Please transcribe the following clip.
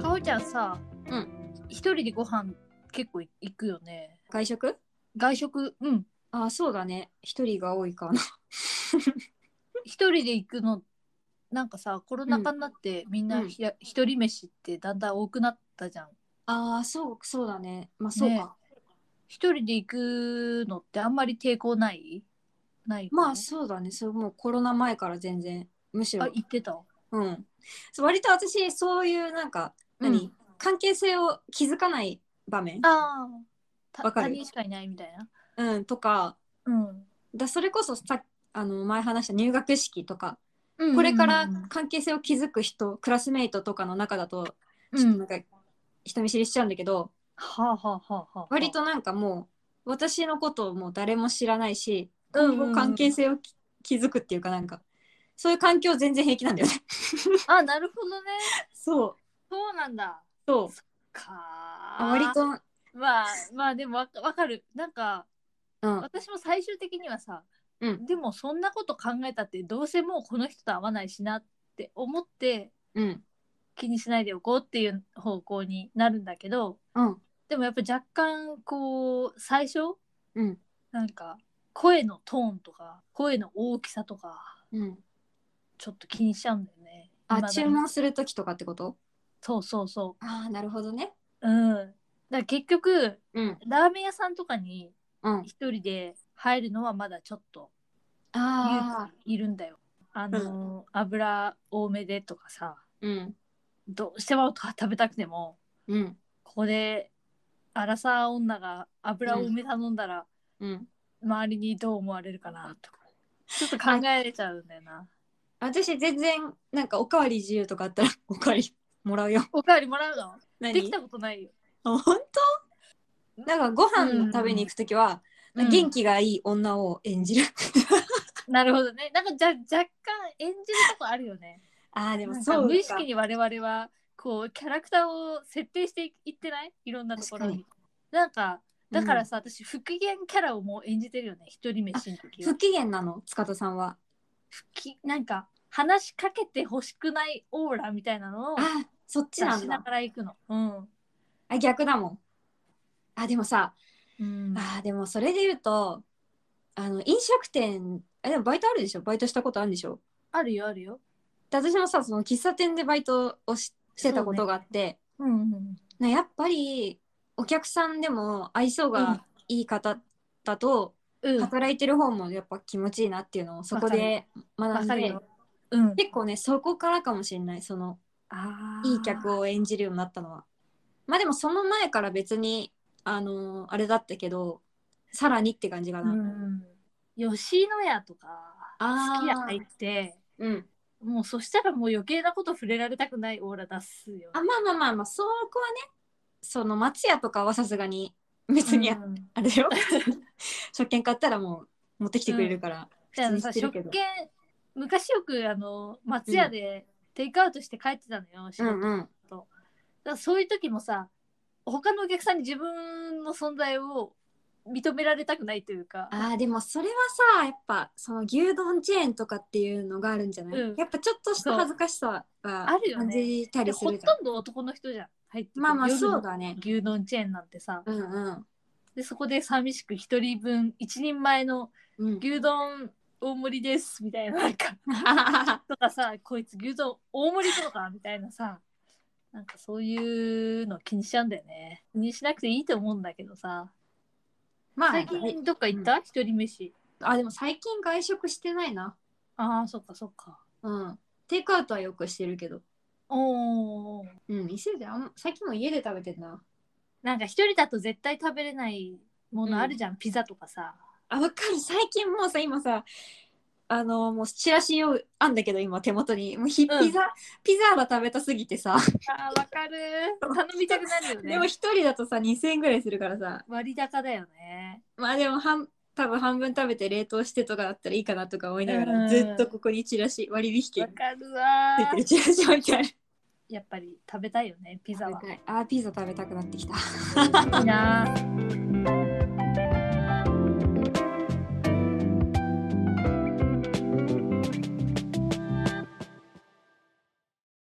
かおちゃんさ、うん一人でご飯結構行くよね外食外食うんあそうだね一人が多いかな一人で行くのなんかさコロナ禍になってみんなひら、一人飯ってだんだん多くなったじゃん あーそうそうだねまあそうか、ね一人で行くのってあんまり抵抗ないないかなまあそうだねそれもうコロナ前から全然むしろあ行ってたうんそう割と私そういうなんかう何、ん関係性を気づかない場面ああわか他る人しかいないみたいなうんとかうんだそれこそさあの前話した入学式とかうんこれからうん関係性を築く人クラスメイトとかの中だとうちょっとんなんか人見知りしちゃうんだけど、はあはあはあはあはあ割となんかもう私のことをもう誰も知らないしうん今後関係性をき築くっていうかなんかそういう環境全然平気なんだよねあなるほどねそうそうなんだそうかあ割とまあまあでもわかわかるなんかうん私も最終的にはさ、うんでもそんなこと考えたってどうせもうこの人と会わないしなって思ってうん気にしないでおこうっていう方向になるんだけどうんでもやっぱ若干こう最初、うんなんか声のトーンとか声の大きさとかうんちょっと気にしちゃうんだよね。あ未だに注文する時とかってことそうそうそああなるほどねう。うん。だから結局うんラーメン屋さんとかにうん一人で入るのはまだちょっとああいるんだよ。あの、油多めでとかさうんどうしても食べたくてもうんここでアラサー女が油多め頼んだらうん周りにどう思われるかなとかちょっと考えちゃうんだよな。私全然なんかおかわり自由とかあったら おかわりもらうよおかわりもらうの何できたことないよ。あ本当なんかご飯の食べに行く時は、うん元気がいい女を演じるなるほどね。なんかじゃ若干演じるとこあるよね。 ああでなもんそかう無意識に我々はこうキャラクターを設定していってないいろんなところに。確なんかだからさ、私不機嫌キャラをもう演じてるよね一人飯の時は不。機嫌なの塚田さんは不機なんか話しかけてほしくないオーラみたいなのをあーそっち出なんしなだがら行くの。うん。あ逆だもんあでもさ、うん、あーでもそれで言うとあの飲食店あでもバイトあるでしょバイトしたことあるんでしょあるよあるよ。で私もさその喫茶店でバイトをししてたことがあって、うんうんなやっぱりお客さんでも愛想がいい方だと、うん。うん。働いてる方もやっぱ気持ちいいなっていうのをそこで学わんかるでよ。うん。結構ねそこからかもしれないそのあーいい客を演じるようになったのはまあでもその前から別にあのーあれだったけどさらにって感じかうな、ん。吉野家とかあー好き家入って。うんもうそしたらもう余計なこと触れられたくないオーラ出すよね。あまあまあまあまあそこはねその松屋とかはさすがに別にあ,、うんれ だよ食券買ったらもう持ってきてくれるから、であのさ普通にし食てるけど券昔よくあの松屋でテイクアウトして帰ってたのよ、仕うん、事うんだかうんらそういう時もさ他のお客さんに自分の存在を認められたくないというかあーでもそれはさやっぱその牛丼チェーンとかっていうのがあるんじゃない、うんやっぱちょっとした恥ずかしさはあるよね感じたでりすほるじゃん、とんど男の人じゃん入ってくるまあまあ夜のそうだね牛丼チェーンなんてさうんうんでそこで寂しく一人分一人前のうん、牛丼大盛りですみたいななんかとかさこいつ牛丼大盛りとかみたいなさなんかそういうの気にしちゃうんだよね気にしなくていいと思うんだけどさ まあ最近どっか行った、一人飯あでも最近外食してないなああそっかそっかうんテイクアウトはよくしてるけどおおうん店であん最近も家で食べてるななんか一人だと絶対食べれないものあるじゃん、ピザとかさあわかる最近もうさ今さあのもうチラシをあんだけど今手元にもうひうんピザ、ピザが食べたすぎてさ、あーわかる 頼みたくなるよでもね一人だとさ2000円ぐらいするからさ割高だよねまあでも半多分半分食べて冷凍してとかだったらいいかなとか思いながうんらずっとここにチラシ割引わ券かるわついて るチラシ置いてあるやっぱり食べたいよねピザはあーピザ食べたくなってきたいいなー